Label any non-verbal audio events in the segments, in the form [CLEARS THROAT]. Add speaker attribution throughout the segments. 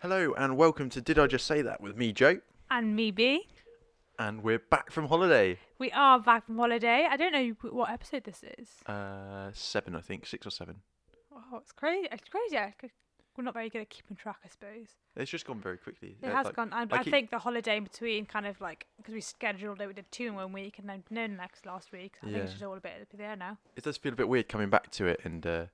Speaker 1: Hello and welcome to Did I Just Say That with me, Joe.
Speaker 2: And me, B.
Speaker 1: And we're back from holiday.
Speaker 2: We are back from holiday. I don't know wh- what episode this is.
Speaker 1: Uh, seven, I think, six or seven.
Speaker 2: Oh, it's crazy. It's crazy. I c- We're not very good at keeping track, I suppose.
Speaker 1: It's just gone very quickly.
Speaker 2: It
Speaker 1: Uh,
Speaker 2: has
Speaker 1: like-
Speaker 2: gone. I,
Speaker 1: I
Speaker 2: I
Speaker 1: keep-
Speaker 2: think the holiday in between kind of like, because we scheduled it, we did two in one week and then none next last week. I think
Speaker 1: Yeah.
Speaker 2: it's just all a bit up there now.
Speaker 1: It does feel a bit weird coming back to it and uh,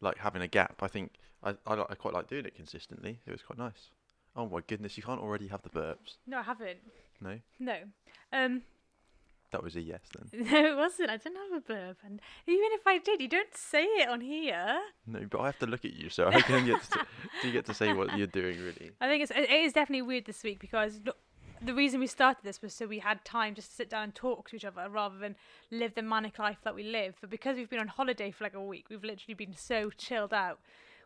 Speaker 1: like having a gap. I think I, I, like, I quite like doing it consistently. It was quite nice. Oh my goodness, you can't already have the burps.
Speaker 2: No, I haven't.
Speaker 1: No,
Speaker 2: No. Um, [LAUGHS]
Speaker 1: that was a yes then.
Speaker 2: no, it wasn't. I didn't have a burp. And even if I did, you don't say it on here.
Speaker 1: No, but I have to look at you, so I can get
Speaker 2: [LAUGHS]
Speaker 1: to, do you get to say what you're doing really.
Speaker 2: I think it's it is definitely weird this week because look, the reason we started this was so we had time just to sit down and talk to each other rather than live the manic life that we live. But because we've been on holiday for like a week, we've literally been so chilled out.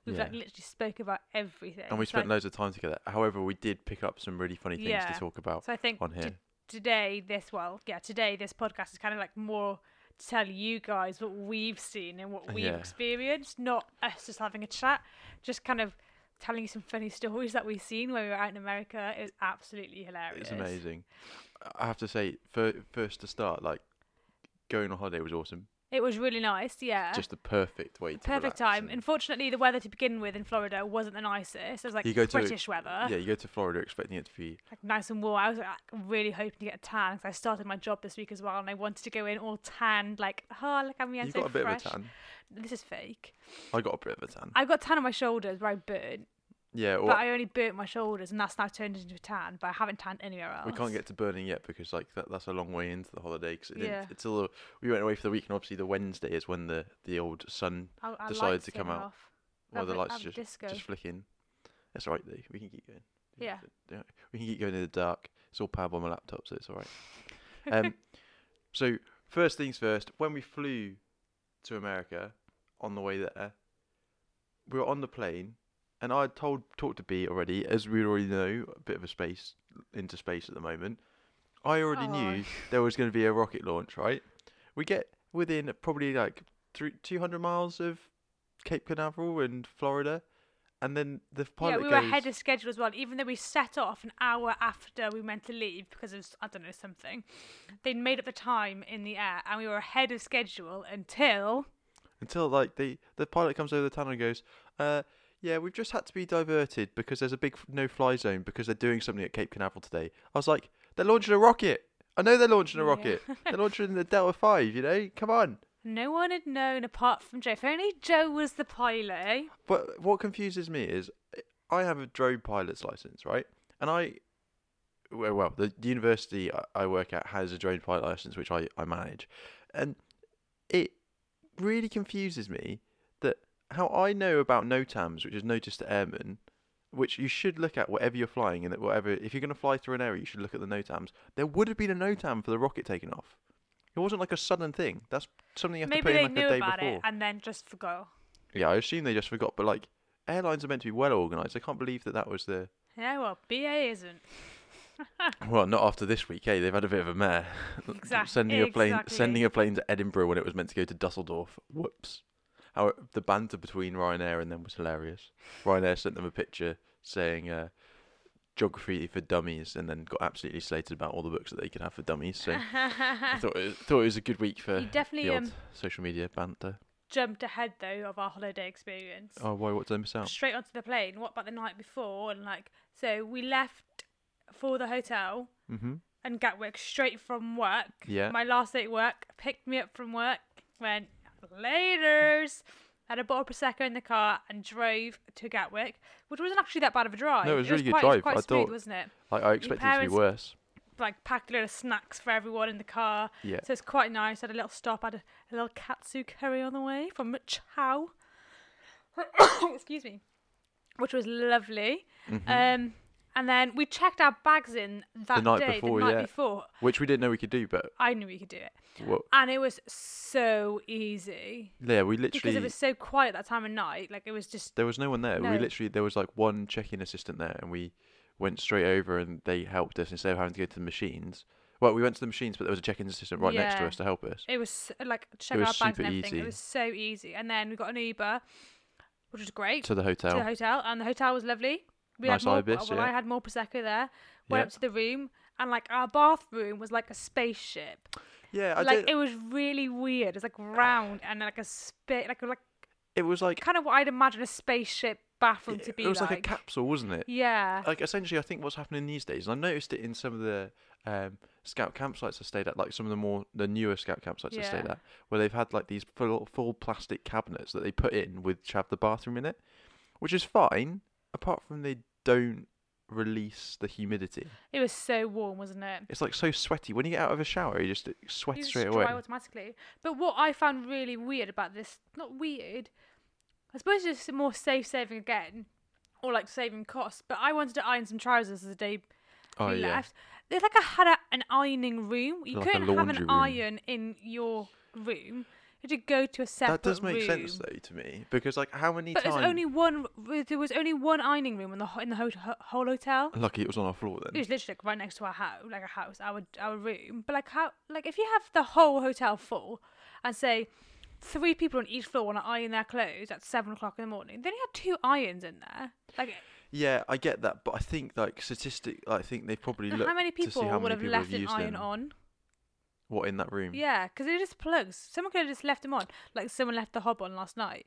Speaker 2: We've like
Speaker 1: Yeah.
Speaker 2: literally spoke about everything.
Speaker 1: And we
Speaker 2: So
Speaker 1: spent
Speaker 2: I-
Speaker 1: loads of time together. However, we did pick up some really funny things
Speaker 2: Yeah.
Speaker 1: to talk about
Speaker 2: So I think
Speaker 1: on
Speaker 2: to-
Speaker 1: here.
Speaker 2: today this well yeah today this podcast is kind of like more to tell you guys what we've seen and what we've
Speaker 1: Yeah.
Speaker 2: experienced, not us just having a chat, just kind of telling you some funny [LAUGHS] stories that we've seen when we were out in America. It was absolutely
Speaker 1: It's
Speaker 2: hilarious.
Speaker 1: amazing. I have to say, for, first to start, like going on holiday was awesome.
Speaker 2: It was really nice, yeah.
Speaker 1: Just the perfect way. to
Speaker 2: Uh,
Speaker 1: relax
Speaker 2: Perfect time.
Speaker 1: and-
Speaker 2: Unfortunately, the weather to begin with in Florida wasn't the nicest. It was like
Speaker 1: You go to-
Speaker 2: British weather,
Speaker 1: yeah, you go to Florida expecting it to be.
Speaker 2: like nice and warm. I was like, really hoping to get a tan because I started my job this week as well, and I wanted to go in all tanned, like oh look at me, I'm
Speaker 1: you
Speaker 2: so
Speaker 1: got a bit of
Speaker 2: fresh.
Speaker 1: a tan.
Speaker 2: This is fake.
Speaker 1: I got a bit of a tan.
Speaker 2: I got tan on my shoulders where I burnt,
Speaker 1: yeah, or
Speaker 2: but I only burnt my shoulders, and that's now turned into a tan. But I haven't tanned anywhere else.
Speaker 1: we can't get to burning yet because like that, that's a long way into the holiday. Cause it didn't-
Speaker 2: Yeah.
Speaker 1: It's a little, we went away for the week, and obviously the Wednesday is when the the old sun,
Speaker 2: I, I
Speaker 1: decided
Speaker 2: lights
Speaker 1: to come
Speaker 2: came
Speaker 1: out.
Speaker 2: off.
Speaker 1: well,
Speaker 2: Have
Speaker 1: the
Speaker 2: a-
Speaker 1: lights
Speaker 2: have a
Speaker 1: just
Speaker 2: disco. [LAUGHS]
Speaker 1: just flicking. That's all right though. We can keep going.
Speaker 2: Yeah.
Speaker 1: Yeah, We can keep going in the dark. It's all powered by my laptop, so it's all right.
Speaker 2: [LAUGHS]
Speaker 1: Um, so first things first. When we flew to America, on the way there, we were on the plane, and I had told talked to B already, as we already know, a bit of a space into space at the moment. I already
Speaker 2: Oh. [LAUGHS]
Speaker 1: knew there was going to be a rocket launch. Right, we get within probably like three two hundred miles of Cape Canaveral and Florida, and then the
Speaker 2: Yeah,
Speaker 1: pilot
Speaker 2: we were
Speaker 1: goes.
Speaker 2: ahead of schedule as well. Even though we set off an hour after we meant to leave because of s- I don't know something, they made up the time in the air, and we were ahead of schedule until
Speaker 1: until like the the pilot comes over the tunnel and goes, uh, "Yeah, we've just had to be diverted because there's a big no fly zone because they're doing something at Cape Canaveral today." I was like, "They're launching a rocket! I know they're launching a
Speaker 2: Yeah.
Speaker 1: rocket. they're launching the Delta Five. You know, come on."
Speaker 2: no one had known apart from Joe. If only Joe was the pilot. eh?
Speaker 1: But what confuses me is, I have a drone pilot's license, right? And I, well, well the the university I- I work at has a drone pilot license, which I, I manage, and it really confuses me that how I know about NOTAMs, which is Notice to Airmen, which you should look at whatever you're flying and that whatever if you're going to fly through an area, you should look at the NOTAMs. There would have been a NOTAM for the rocket taking off. It wasn't like a sudden thing. That's something you have to
Speaker 2: Maybe
Speaker 1: put
Speaker 2: they
Speaker 1: in like
Speaker 2: knew
Speaker 1: a day
Speaker 2: about
Speaker 1: before.
Speaker 2: it and then just forgot.
Speaker 1: Yeah, I assume they just forgot. But like, airlines are meant to be well organised. I can't believe that that was the [LAUGHS]
Speaker 2: Yeah, well, BA isn't.
Speaker 1: well. Not after this week, eh? They've had a bit of a mare. [LAUGHS]
Speaker 2: Exact-
Speaker 1: sending a plane,
Speaker 2: exactly.
Speaker 1: sending a plane to Edinburgh when it was meant to go to Dusseldorf. Whoops. How the banter between Ryanair and them was hilarious. Ryanair sent them a picture saying. Uh, Geography for dummies, and then got absolutely slated about all the books that they could have for dummies. So I
Speaker 2: [LAUGHS]
Speaker 1: thought it, thought it was a good week for
Speaker 2: You definitely,
Speaker 1: the odd
Speaker 2: um,
Speaker 1: social media banter.
Speaker 2: Jumped ahead though of our holiday experience.
Speaker 1: Oh, why? What did I miss out?
Speaker 2: Straight onto the plane. What about the night before? And like, so we left for the hotel [LAUGHS]
Speaker 1: Mm-hmm.
Speaker 2: and Gatwick straight from work.
Speaker 1: Yeah.
Speaker 2: My last day at work picked me up from work. Went later's. Had a bottle of prosecco in the car and drove to Gatwick, which wasn't actually that bad of a drive.
Speaker 1: No, it was a really good
Speaker 2: quite, It
Speaker 1: drive.
Speaker 2: was quite
Speaker 1: I
Speaker 2: smooth,
Speaker 1: thought-
Speaker 2: wasn't it?
Speaker 1: Like I expected it to be
Speaker 2: parents-
Speaker 1: worse.
Speaker 2: like packed a load of snacks for everyone in the car.
Speaker 1: Yeah.
Speaker 2: So it's quite nice. Had a little stop, had a, a little katsu curry on the way from Chow. [COUGHS] Excuse me. Which was lovely.
Speaker 1: Mm-hmm.
Speaker 2: Um, and then we checked our bags in that
Speaker 1: night
Speaker 2: day,
Speaker 1: before,
Speaker 2: the night
Speaker 1: yeah.
Speaker 2: before.
Speaker 1: which we didn't know we could do, but
Speaker 2: I knew we could do it.
Speaker 1: well,
Speaker 2: And it was so easy.
Speaker 1: yeah, we
Speaker 2: Because
Speaker 1: literally
Speaker 2: it was so quiet that time of night. Like it was just
Speaker 1: there was no one there.
Speaker 2: No.
Speaker 1: We literally there was like one check-in assistant there, and we went straight over and they helped us instead of having to go to the machines. Well, we went to the machines, but there was a check-in assistant right next to
Speaker 2: Yeah.
Speaker 1: us to help us.
Speaker 2: It was so- like check
Speaker 1: was
Speaker 2: our bags and
Speaker 1: super
Speaker 2: everything.
Speaker 1: easy.
Speaker 2: It was so easy. And then we got an Uber, which was great.
Speaker 1: To the hotel,
Speaker 2: to the hotel, and the hotel was lovely. We
Speaker 1: Nice
Speaker 2: had more,
Speaker 1: ibis,
Speaker 2: well,
Speaker 1: yeah.
Speaker 2: I had more prosecco there. Went
Speaker 1: Yeah.
Speaker 2: up to the room, and like our bathroom was like a spaceship.
Speaker 1: Yeah, I
Speaker 2: like
Speaker 1: did,
Speaker 2: it
Speaker 1: it,
Speaker 2: was really weird. It's like round and like a space, like like
Speaker 1: was like
Speaker 2: kind of what I'd imagine a spaceship bathroom to
Speaker 1: it
Speaker 2: be
Speaker 1: was
Speaker 2: like.
Speaker 1: like a Uh capsule, wasn't it?
Speaker 2: yeah.
Speaker 1: like essentially, I think what's happening these days, and I noticed it in some of the um, scout campsites I stayed at, like some of the more the newer scout campsites I stayed
Speaker 2: Yeah.
Speaker 1: at, where they've had like these full full plastic cabinets that they put in with which have the bathroom in it, which is fine, apart from they don't release the humidity.
Speaker 2: It was so warm, wasn't it?
Speaker 1: It's like so sweaty when you get out of a shower, you just sweat
Speaker 2: You just
Speaker 1: straight away.
Speaker 2: dry automatically. But what I found really weird about this, not weird, I suppose it's just more safe saving again, or like saving costs. But I wanted to iron some trousers the day
Speaker 1: Oh
Speaker 2: we
Speaker 1: yeah,
Speaker 2: left. There's like I had a, an ironing room. You
Speaker 1: Like a
Speaker 2: couldn't have
Speaker 1: laundry
Speaker 2: an
Speaker 1: room.
Speaker 2: iron in your room. You had to go to a separate
Speaker 1: that does make sense
Speaker 2: room.
Speaker 1: though to me because like how many
Speaker 2: But
Speaker 1: times?
Speaker 2: there's only one. There was only one ironing room in the ho- in the ho- ho- whole hotel.
Speaker 1: Lucky it was on our floor
Speaker 2: It
Speaker 1: then.
Speaker 2: was literally like right next to our house, like a house, our our room. But like how, like if you have the whole hotel full, and say three people on each floor want to iron their clothes at seven o'clock in the morning, then you had two irons in there. Like
Speaker 1: Yeah, I get that, but I think like statistic, I think they've probably looked
Speaker 2: how many
Speaker 1: to see
Speaker 2: people
Speaker 1: how
Speaker 2: would
Speaker 1: many
Speaker 2: have
Speaker 1: people
Speaker 2: left
Speaker 1: have
Speaker 2: an
Speaker 1: used
Speaker 2: iron
Speaker 1: them. Mm.
Speaker 2: on?
Speaker 1: What in that room?
Speaker 2: Yeah, because they're just plugs. Someone could have just left them on. Like someone left the hob on last night,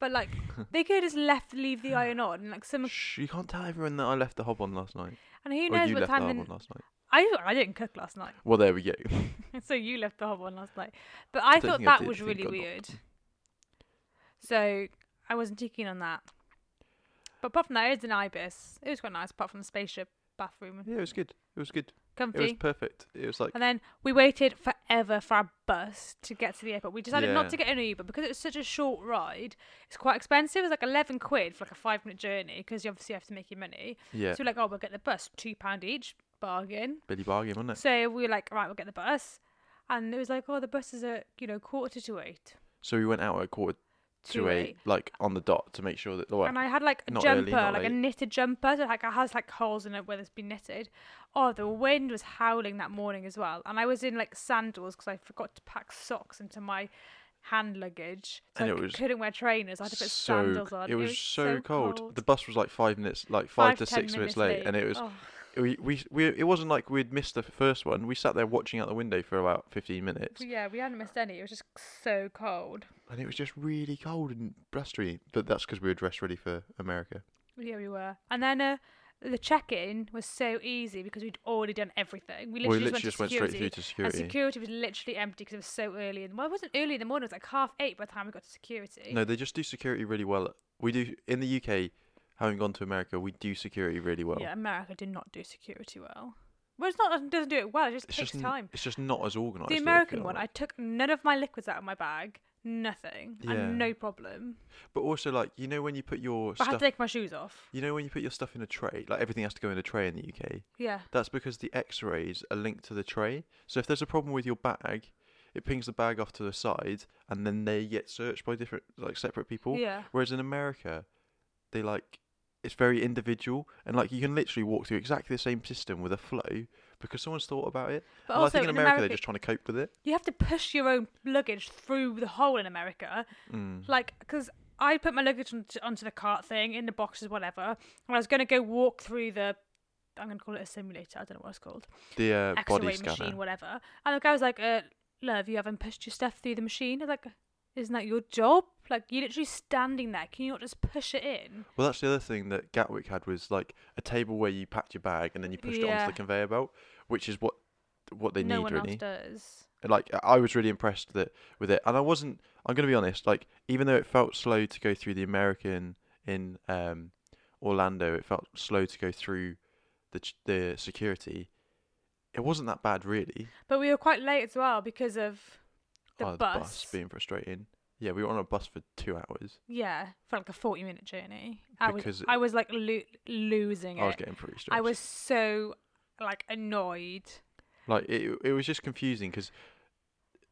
Speaker 2: but like they could have just left
Speaker 1: [SIGHS]
Speaker 2: leave the iron on. And, like someone,
Speaker 1: [LAUGHS] Shh, you can't tell everyone that I left the hob on last night.
Speaker 2: and who
Speaker 1: or
Speaker 2: knows
Speaker 1: oh, you
Speaker 2: what
Speaker 1: left the
Speaker 2: time.
Speaker 1: hob
Speaker 2: The,
Speaker 1: on last night.
Speaker 2: I I didn't cook last night.
Speaker 1: Well, there we go. [LAUGHS]
Speaker 2: [LAUGHS] so you left the hob on last night. But I,
Speaker 1: don't
Speaker 2: thought
Speaker 1: think I
Speaker 2: that
Speaker 1: did.
Speaker 2: was
Speaker 1: I think
Speaker 2: really
Speaker 1: I knocked.
Speaker 2: weird. So I wasn't too keen on that. But apart from that, it was an ibis. It was quite nice, apart from the spaceship bathroom.
Speaker 1: yeah, it was good. It was good.
Speaker 2: Comfy.
Speaker 1: It was perfect. It was like
Speaker 2: and then we waited forever for our bus to get to the airport. We decided
Speaker 1: Yeah.
Speaker 2: not to get an Uber because it was such a short ride. It's quite expensive. It's like 11 quid for like a five minute journey because you obviously have to make your money.
Speaker 1: yeah,
Speaker 2: So we're like, oh, we'll get the bus, £2 each, bargain.
Speaker 1: Billy Bargain, wasn't it?
Speaker 2: So we were like, right, we'll get the bus. And it was like, oh, the bus is at, you know, quarter to eight.
Speaker 1: So we went out at quarter to
Speaker 2: to
Speaker 1: eight,
Speaker 2: eight.
Speaker 1: like on the dot, to make sure that. Well,
Speaker 2: And I had like a
Speaker 1: Not
Speaker 2: jumper,
Speaker 1: early, not
Speaker 2: like a
Speaker 1: late.
Speaker 2: knitted jumper, so like it has like holes in it where it's been knitted. Oh, the wind was howling that morning as well, and I was in like sandals because I forgot to pack socks into my hand luggage, so
Speaker 1: And
Speaker 2: I
Speaker 1: it
Speaker 2: c-
Speaker 1: was
Speaker 2: couldn't wear trainers. I had to put
Speaker 1: so
Speaker 2: sandals on.
Speaker 1: it was, so cold. The bus was like five minutes, like five,
Speaker 2: Five,
Speaker 1: to
Speaker 2: ten
Speaker 1: six minutes late, and it was
Speaker 2: Oh,
Speaker 1: we, we we it wasn't like we'd missed the first one. We sat there watching out the window for about fifteen minutes,
Speaker 2: yeah, we hadn't missed any. It was just so cold.
Speaker 1: and it was just really cold and blustery. But that's because we were dressed ready for America.
Speaker 2: Yeah, we were. And then uh, the check-in was so easy because we'd already done everything. We literally,
Speaker 1: we literally
Speaker 2: just
Speaker 1: just
Speaker 2: went,
Speaker 1: went
Speaker 2: to
Speaker 1: straight
Speaker 2: security.
Speaker 1: through to security.
Speaker 2: And security was literally empty because it was so early. In, well, it wasn't early in the morning. It was like half eight by the time we got to security.
Speaker 1: No, they just do security really well. We do in the UK, having gone to America, we do security really well.
Speaker 2: Yeah, America did not do security well. Well, it's not it doesn't do it well. It just
Speaker 1: it's
Speaker 2: takes
Speaker 1: just n-
Speaker 2: time.
Speaker 1: It's just not as organised.
Speaker 2: The
Speaker 1: though, I
Speaker 2: American
Speaker 1: feel
Speaker 2: one, I
Speaker 1: like.
Speaker 2: took none of my liquids out of my bag. Nothing.
Speaker 1: Yeah.
Speaker 2: And no problem.
Speaker 1: But also, like you know, when you put your
Speaker 2: But I had
Speaker 1: stuff,
Speaker 2: to take my shoes off.
Speaker 1: you know, when you put your stuff in a tray, like everything has to go in a tray in the UK.
Speaker 2: Yeah.
Speaker 1: That's because the X-rays are linked to the tray. So if there's a problem with your bag, it pings the bag off to the side, and then they get searched by different, like separate people.
Speaker 2: Yeah.
Speaker 1: Whereas in America, they like it's very individual, and like you can literally walk through exactly the same system with a flow because someone's thought about it.
Speaker 2: But
Speaker 1: and I
Speaker 2: also
Speaker 1: think
Speaker 2: in
Speaker 1: in America,
Speaker 2: America,
Speaker 1: they're just trying to cope with it.
Speaker 2: you have to push your own luggage through the hole in America.
Speaker 1: Mm.
Speaker 2: like because I put my luggage onto, onto the cart thing in the boxes, whatever. And I was gonna go walk through the, I'm gonna call it a simulator. I don't know what it's called,
Speaker 1: The uh, body
Speaker 2: X-ray
Speaker 1: scanner.
Speaker 2: machine, whatever. And the guy was like, uh, "Love, you haven't pushed your stuff through the machine." I was like, "Isn't that your job? Like, you're literally standing there. Can you not just push it in?"
Speaker 1: Well, that's the other thing that Gatwick had was like a table where you packed your bag and then you pushed it
Speaker 2: Yeah.
Speaker 1: onto the conveyor belt, which is what what they
Speaker 2: no
Speaker 1: need
Speaker 2: one
Speaker 1: really.
Speaker 2: else does.
Speaker 1: Like I- I was really impressed that with it, and I wasn't. I'm gonna be honest. Like even though it felt slow to go through the American in um, Orlando, it felt slow to go through the ch- the security. It wasn't that bad really.
Speaker 2: But we were quite late as well because of the
Speaker 1: oh, the
Speaker 2: bus.
Speaker 1: bus being frustrating. Yeah, we were on a bus for two hours.
Speaker 2: yeah, for like a forty-minute journey. I
Speaker 1: Because
Speaker 2: was,
Speaker 1: it-
Speaker 2: I was like lo- losing
Speaker 1: I was
Speaker 2: it.
Speaker 1: getting pretty stressed.
Speaker 2: I was so like annoyed.
Speaker 1: Like it, it was just confusing because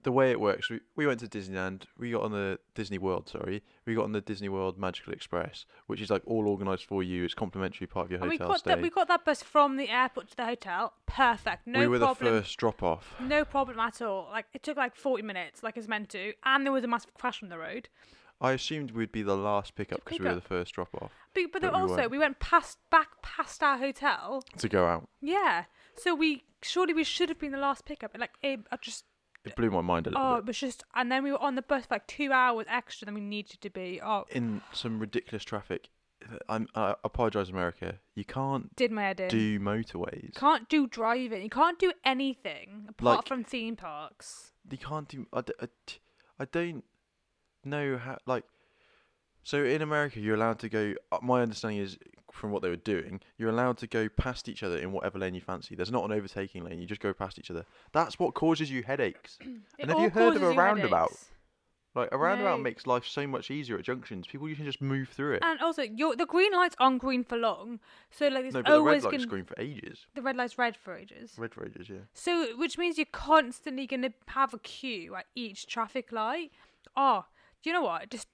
Speaker 1: the way it works, we, we went to Disneyland, we got on the Disney World, sorry, we got on the Disney World Magical Express, which is like all organised for you. It's complimentary part of your
Speaker 2: And we
Speaker 1: hotel
Speaker 2: got
Speaker 1: stay.
Speaker 2: that. We got that bus from the airport to the hotel. Perfect. No
Speaker 1: We were
Speaker 2: problem.
Speaker 1: the first drop off.
Speaker 2: No problem at all. Like it took like forty minutes, like it's meant to, and there was a massive crash on the road.
Speaker 1: I assumed we'd be the last pickup because we were the
Speaker 2: pickup.
Speaker 1: first drop off
Speaker 2: But, but,
Speaker 1: But
Speaker 2: then
Speaker 1: we
Speaker 2: also,
Speaker 1: weren't.
Speaker 2: we went past back past our hotel.
Speaker 1: to go out.
Speaker 2: Yeah. So we surely we should have been the last pickup. And like it, I just
Speaker 1: It blew my mind a little
Speaker 2: oh
Speaker 1: bit.
Speaker 2: it was just and then we were on the bus for like two hours extra than we needed to be. Oh,
Speaker 1: In some ridiculous traffic, I'm, I apologise, America. You can't
Speaker 2: did my head in.
Speaker 1: do motorways.
Speaker 2: can't do driving. You can't do anything apart
Speaker 1: Like-
Speaker 2: from theme parks.
Speaker 1: you can't do. I, d- I t- I don't know how. Like, so in America, you're allowed to go. uh, My understanding is from what they were doing, you're allowed to go past each other in whatever lane you fancy. There's not an overtaking lane. You just go past each other. That's what causes you
Speaker 2: [CLEARS THROAT]
Speaker 1: headaches.
Speaker 2: It
Speaker 1: And have
Speaker 2: all
Speaker 1: you heard of
Speaker 2: causes
Speaker 1: a
Speaker 2: you
Speaker 1: roundabout?
Speaker 2: headaches.
Speaker 1: Like a roundabout
Speaker 2: No.
Speaker 1: makes life so much easier at junctions. People, you can just move through it.
Speaker 2: And also, your the green light's on green for long, so like it's
Speaker 1: no, but the red
Speaker 2: always
Speaker 1: light's
Speaker 2: going
Speaker 1: green for ages.
Speaker 2: the red light's red for ages.
Speaker 1: Red for ages, yeah.
Speaker 2: So, which means you're constantly going to have a queue at each traffic light. Oh, do you know what? Just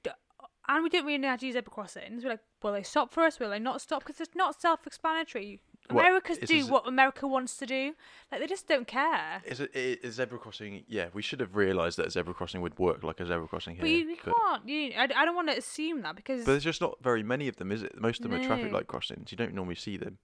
Speaker 2: and we didn't really know how to use zebra crossings. We're like, will they stop for us? Will they not stop? Because it's not self-explanatory.
Speaker 1: Well,
Speaker 2: Americans
Speaker 1: it's
Speaker 2: do
Speaker 1: as-
Speaker 2: what America wants to do. Like they just don't care.
Speaker 1: Is it i- is zebra crossing? Yeah, we should have realised that a zebra crossing would work like a zebra crossing here.
Speaker 2: but you, you
Speaker 1: but,
Speaker 2: can't. You, I, I don't want to assume that because
Speaker 1: but there's just not very many of them, is it? Most of them are traffic
Speaker 2: No.
Speaker 1: light crossings. You don't normally see them.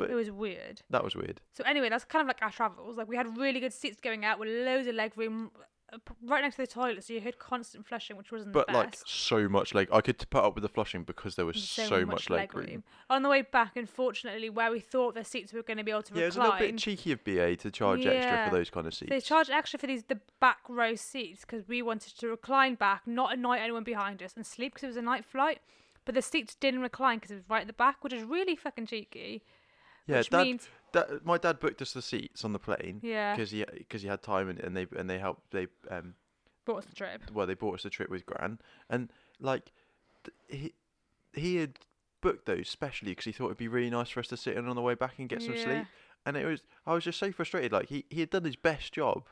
Speaker 2: it was weird.
Speaker 1: That was weird.
Speaker 2: So anyway, that's kind of like our travels. Like we had really good seats going out with loads of leg room, uh, p- right next to the toilet, so you heard constant flushing, which wasn't
Speaker 1: But
Speaker 2: the
Speaker 1: like
Speaker 2: best.
Speaker 1: so much leg, I could t- put up with the flushing because there was so, much, leg room.
Speaker 2: On the way back, unfortunately, where we thought the seats were going to be able to
Speaker 1: Yeah, it was a little
Speaker 2: recline,
Speaker 1: bit cheeky of BA to charge extra
Speaker 2: Yeah.
Speaker 1: for those kind of seats.
Speaker 2: they charged extra for these the back row seats because we wanted to recline back, not annoy anyone behind us, and sleep because it was a night flight. But the seats didn't recline because it was right at the back, which is really fucking cheeky.
Speaker 1: yeah,
Speaker 2: which
Speaker 1: dad,
Speaker 2: means-
Speaker 1: Dad- my dad booked us the seats on the plane.
Speaker 2: Yeah.
Speaker 1: because he because he had time and, and they and they helped they um
Speaker 2: Brought us the trip.
Speaker 1: well, they bought us a trip with Gran, and like th- he he had booked those specially because he thought it'd be really nice for us to sit in on the way back and get some
Speaker 2: Yeah.
Speaker 1: sleep. And it was I was just so frustrated. Like he he had done his best job,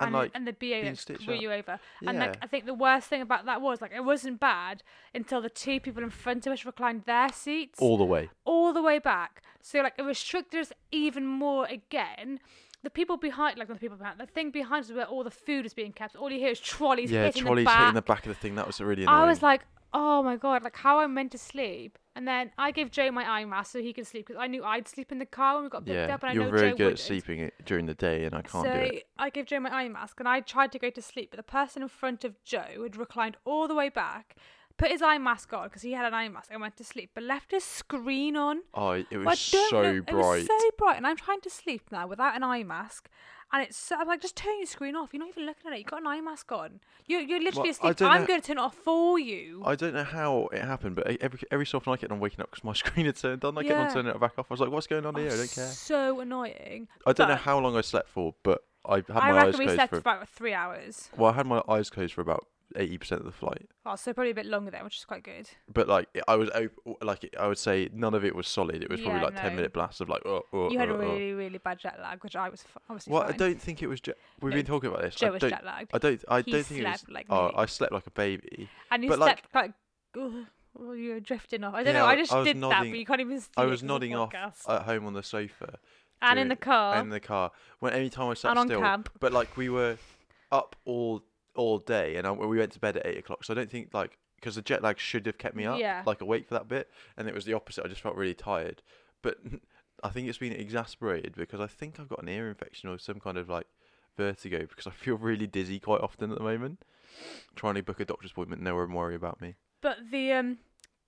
Speaker 1: and, like
Speaker 2: and the BA
Speaker 1: being
Speaker 2: like,
Speaker 1: stitched
Speaker 2: screw
Speaker 1: up.
Speaker 2: you over. And
Speaker 1: Yeah.
Speaker 2: like I think the worst thing about that was like it wasn't bad until the two people in front of us reclined their seats.
Speaker 1: all the way.
Speaker 2: all the way back. So like it restricted us even more again. The people behind, like not the people behind, the thing behind us where all the food is being kept. All you hear is trolleys
Speaker 1: Yeah,
Speaker 2: hitting
Speaker 1: trolleys
Speaker 2: the back.
Speaker 1: hitting the back of the thing. That was really annoying.
Speaker 2: I was like, oh my god, like how I'm meant to sleep. And then I gave Joe my eye mask so he could sleep because I knew I'd sleep in the car when we got picked
Speaker 1: yeah,
Speaker 2: up, and I
Speaker 1: you're
Speaker 2: know
Speaker 1: very
Speaker 2: Joe
Speaker 1: good
Speaker 2: wouldn't.
Speaker 1: at sleeping it during the day, and I can't
Speaker 2: so
Speaker 1: do it.
Speaker 2: I gave Joe my eye mask, and I tried to go to sleep, but the person in front of Joe had reclined all the way back, put his eye mask on because he had an eye mask, and went to sleep, but left his screen on.
Speaker 1: Oh, it was
Speaker 2: Well, I
Speaker 1: so
Speaker 2: don't know-
Speaker 1: bright.
Speaker 2: It was so bright, and I'm trying to sleep now without an eye mask. And it's so, I'm like, just turn your screen off. You're not even looking at it. You've got an eye mask on. You're, you're literally
Speaker 1: Well, I
Speaker 2: asleep.
Speaker 1: don't
Speaker 2: I'm
Speaker 1: know-
Speaker 2: going to turn it off for you.
Speaker 1: I don't know how it happened, but e- every every so often I kept on waking up because my [LAUGHS] screen had turned on. I kept on
Speaker 2: Yeah.
Speaker 1: turning it back off. I was like, "What's going on
Speaker 2: Oh,
Speaker 1: here? I don't care."
Speaker 2: So annoying.
Speaker 1: I don't know
Speaker 2: But
Speaker 1: how long I slept for, but I had
Speaker 2: I
Speaker 1: my eyes
Speaker 2: reckon we
Speaker 1: closed
Speaker 2: slept
Speaker 1: for.
Speaker 2: for about three hours.
Speaker 1: Well, I had my eyes closed for about eighty percent of the flight,
Speaker 2: Oh, so probably a bit longer then, which is quite good.
Speaker 1: but like it- I was op- like it- I would say none of it was solid. It was probably
Speaker 2: Yeah,
Speaker 1: like ten
Speaker 2: no.
Speaker 1: minute blasts of like oh oh.
Speaker 2: You had
Speaker 1: oh,
Speaker 2: a
Speaker 1: oh.
Speaker 2: really, really bad jet lag, which I was f- obviously
Speaker 1: Well, I
Speaker 2: fine.
Speaker 1: don't think it was. Jet- We've
Speaker 2: No,
Speaker 1: been talking about this.
Speaker 2: Joe
Speaker 1: I
Speaker 2: was
Speaker 1: don't.
Speaker 2: jet lagged.
Speaker 1: I don't. I
Speaker 2: He
Speaker 1: don't think it
Speaker 2: slept
Speaker 1: was.
Speaker 2: like
Speaker 1: oh,
Speaker 2: me.
Speaker 1: I slept like a baby.
Speaker 2: and you
Speaker 1: but, like-
Speaker 2: slept like, ugh, well, you were drifting off. I don't
Speaker 1: Yeah,
Speaker 2: know.
Speaker 1: I-
Speaker 2: I just
Speaker 1: I was
Speaker 2: did that,
Speaker 1: nodding-
Speaker 2: but you can't even see
Speaker 1: I
Speaker 2: it
Speaker 1: was
Speaker 2: 'cause of
Speaker 1: nodding off
Speaker 2: podcast.
Speaker 1: at home on the sofa
Speaker 2: and in the
Speaker 1: during-
Speaker 2: car.
Speaker 1: and in the car. When any time I sat
Speaker 2: And on
Speaker 1: still,
Speaker 2: cab.
Speaker 1: but like we were up all all day, and I, we went to bed at eight o'clock. So I don't think like because the jet lag should have kept me up,
Speaker 2: Yeah.
Speaker 1: like awake for that bit, and it was the opposite. I just felt really tired, but [LAUGHS] I think it's been exasperated because I think I've got an ear infection or some kind of like vertigo because I feel really dizzy quite often at the moment. Trying to book a doctor's appointment, no one worry about me.
Speaker 2: But the um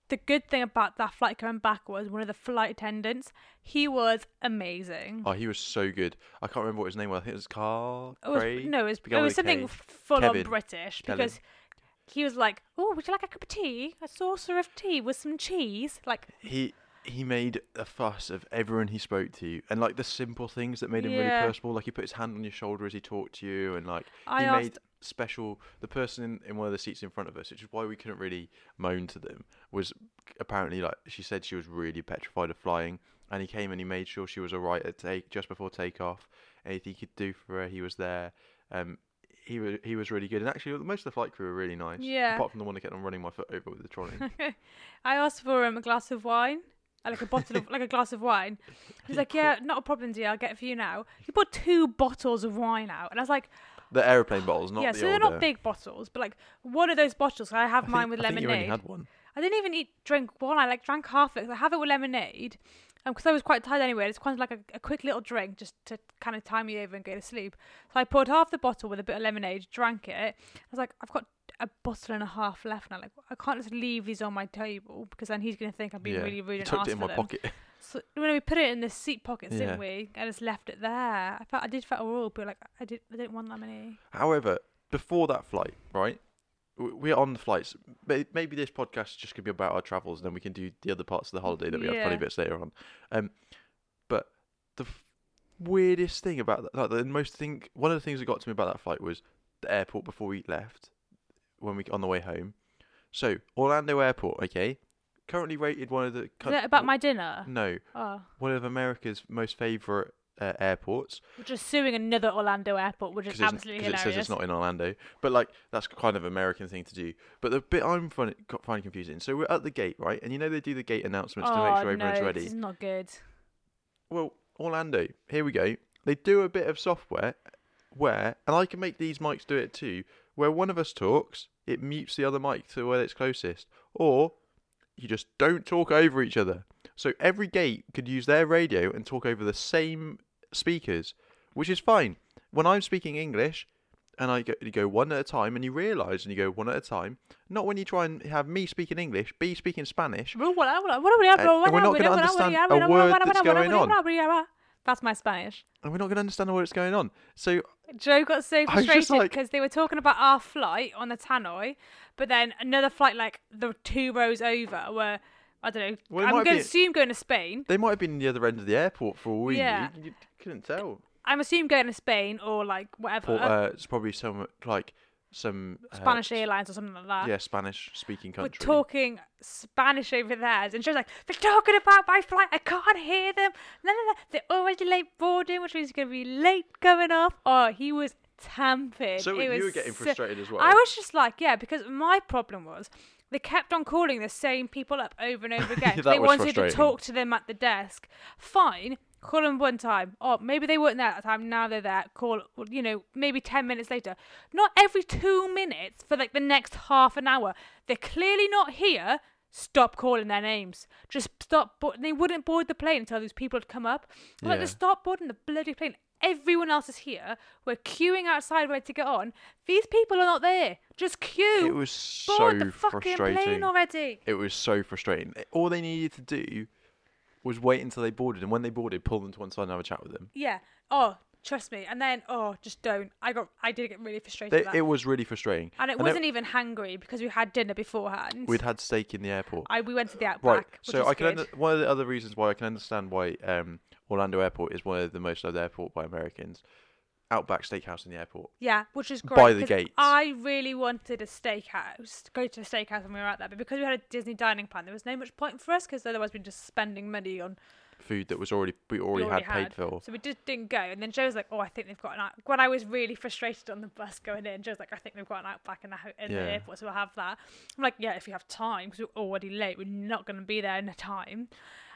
Speaker 2: the good thing about that flight coming back was one of the flight attendants, he was amazing.
Speaker 1: Oh, he was so good. I can't remember what his name was. I think it was Carl.
Speaker 2: It was-
Speaker 1: Oh, Craig?
Speaker 2: no, it was,
Speaker 1: began
Speaker 2: it
Speaker 1: with
Speaker 2: was
Speaker 1: a K.
Speaker 2: something full on
Speaker 1: Kevin.
Speaker 2: British
Speaker 1: Kevin.
Speaker 2: because he was like, Oh, would you like a cup of tea? A saucer of tea with some cheese? Like
Speaker 1: he he made a fuss of everyone he spoke to and like the simple things that made him really
Speaker 2: Yeah.
Speaker 1: personable like he put his hand on your shoulder as he talked to you and like
Speaker 2: I
Speaker 1: he
Speaker 2: asked-
Speaker 1: made special the person in, in one of the seats in front of us which is why we couldn't really moan to them was apparently like she said she was really petrified of flying and he came and he made sure she was all right at take just before takeoff anything he could do for her he was there um he was he was really good and actually most of the flight crew were really nice
Speaker 2: Yeah.
Speaker 1: apart from the one that kept on running my foot over with the trolley [LAUGHS]
Speaker 2: I asked for um, a glass of wine. uh, Like a bottle of like a glass of
Speaker 1: [LAUGHS]
Speaker 2: wine. He's like, Yeah, not a problem, dear, I'll get it for you now. He bought two bottles of wine out and I was like,
Speaker 1: The aeroplane bottles, not
Speaker 2: yeah,
Speaker 1: the uh,
Speaker 2: so they're
Speaker 1: older.
Speaker 2: not big bottles, but like one of those bottles. I have
Speaker 1: I think-
Speaker 2: mine with
Speaker 1: I
Speaker 2: lemonade.
Speaker 1: Think you only had one.
Speaker 2: I didn't even eat drink one. I like drank half of it. 'cause I have it with lemonade, um, because I was quite tired anyway. It's kind of like a, a quick little drink just to kind of time me over and go to sleep. So I poured half the bottle with a bit of lemonade, drank it. I was like, I've got a bottle and a half left now. Like I can't just leave these on my table because then he's gonna think I'm being
Speaker 1: yeah.
Speaker 2: really rude
Speaker 1: you
Speaker 2: and
Speaker 1: tucked
Speaker 2: asked
Speaker 1: it in
Speaker 2: for
Speaker 1: my
Speaker 2: them.
Speaker 1: pocket. [LAUGHS]
Speaker 2: So when we put it in the seat pockets,
Speaker 1: Yeah.
Speaker 2: didn't we? I just left it there. I felt I did feel all, but like I did, I didn't want that many.
Speaker 1: However, before that flight, right? w- We're on the flights. May- Maybe this podcast is just could be about our travels, and then we can do the other parts of the holiday that we have funny
Speaker 2: Yeah.
Speaker 1: bits later on. Um, but the f- weirdest thing about that, like the most thing, one of the things that got to me about that flight was the airport before we left, when we on the way home. So Orlando Airport, okay, currently rated one of the
Speaker 2: Is
Speaker 1: coun-
Speaker 2: that about my dinner?
Speaker 1: no
Speaker 2: Oh,
Speaker 1: one of America's most favorite uh, airports.
Speaker 2: we're just suing another Orlando airport, which is
Speaker 1: because it
Speaker 2: absolutely hilarious.
Speaker 1: says it's not in Orlando. But like that's kind of American thing to do. But the bit I'm finding, finding confusing. So we're at the gate, right? And you know they do the gate announcements to make sure everyone's
Speaker 2: Oh, no,
Speaker 1: ready.
Speaker 2: This is not good.
Speaker 1: Well, Orlando, here we go. They do a bit of software where, and I can make these mics do it too, where one of us talks, it mutes the other mic to where it's closest, or you just don't talk over each other. So every gate could use their radio and talk over the same speakers, which is fine. When I'm speaking English, and I go, you go one at a time, and you realise, and you go one at a time. Not when you try and have me speaking English, B speaking Spanish,
Speaker 2: We're not
Speaker 1: Uh,
Speaker 2: going
Speaker 1: gonna understand a word that's going
Speaker 2: on. That's my Spanish.
Speaker 1: and we're not going to understand what's going on. So
Speaker 2: Joe got so
Speaker 1: I was just
Speaker 2: frustrated
Speaker 1: like-
Speaker 2: because they were talking about our flight on the Tannoy, but then another flight like the two rows over were I don't know.
Speaker 1: Well, it
Speaker 2: I'm
Speaker 1: might
Speaker 2: going to
Speaker 1: be-
Speaker 2: assume going to Spain.
Speaker 1: They might have been the other end of the airport for all we
Speaker 2: Yeah.
Speaker 1: knew. You couldn't tell.
Speaker 2: I'm assume going to Spain or like whatever
Speaker 1: Or, uh, it's probably some like some uh,
Speaker 2: Spanish
Speaker 1: s-
Speaker 2: Airlines or something like that.
Speaker 1: Yeah, Spanish-speaking
Speaker 2: We're
Speaker 1: country.
Speaker 2: talking Spanish over theirs, and she was like, "They're talking about my flight. I can't hear them. No, no, no. They're already late boarding, which means it's gonna be late going off." Oh, he was tampered.
Speaker 1: So
Speaker 2: It
Speaker 1: you
Speaker 2: was
Speaker 1: were getting
Speaker 2: so-
Speaker 1: frustrated as well?
Speaker 2: I was just like, "Yeah," because my problem was they kept on calling the same people up over and
Speaker 1: [LAUGHS]
Speaker 2: over again.
Speaker 1: That
Speaker 2: they
Speaker 1: was
Speaker 2: wanted to
Speaker 1: frustrating.
Speaker 2: talk to them at the desk. Fine. Call them one time. Oh, maybe they weren't there at that time. Now they're there. Call, you know, maybe 10 minutes later. Not every two minutes for like the next half an hour. They're clearly not here. Stop calling their names. Just stop. Bo- they wouldn't board the plane until these people had come up. I'm Like,
Speaker 1: Yeah.
Speaker 2: just stop boarding the bloody plane. Everyone else is here. We're queuing outside ready to get on. These people are not there. Just queue.
Speaker 1: It was so
Speaker 2: board the fucking plane
Speaker 1: frustrating.
Speaker 2: already.
Speaker 1: It was so frustrating. All they needed to do was wait until they boarded, and when they boarded, pull them to one side and have a chat with them.
Speaker 2: Yeah. Oh, trust me. And then oh, just don't. I got. I did get really frustrated.
Speaker 1: They,
Speaker 2: with that.
Speaker 1: it was really frustrating.
Speaker 2: and it wasn't even hangry because we had dinner beforehand.
Speaker 1: We'd had steak in the airport.
Speaker 2: I we went to the outback.
Speaker 1: Right.
Speaker 2: Which
Speaker 1: so
Speaker 2: was
Speaker 1: I can
Speaker 2: good.
Speaker 1: under- one of the other reasons why I can understand why um, Orlando Airport is one of the most loved airport by Americans. Outback Steakhouse in the airport.
Speaker 2: Yeah, which is great.
Speaker 1: By the
Speaker 2: 'cause
Speaker 1: gates.
Speaker 2: I really wanted a steakhouse, to go to a steakhouse when we were out there, but because we had a Disney dining plan, there was no much point for us because otherwise we'd just spending money on
Speaker 1: Food that was already we already,
Speaker 2: already
Speaker 1: had, paid for.
Speaker 2: So we just didn't go. And then Joe was like, "Oh, I think they've got an out." When I was really frustrated on the bus going in, Joe was like, "I think they've got an outback in the, ho- in
Speaker 1: Yeah.
Speaker 2: the airport, so we'll have that." I'm like, "Yeah, if you have time, because we're already late, we're not going to be there in time."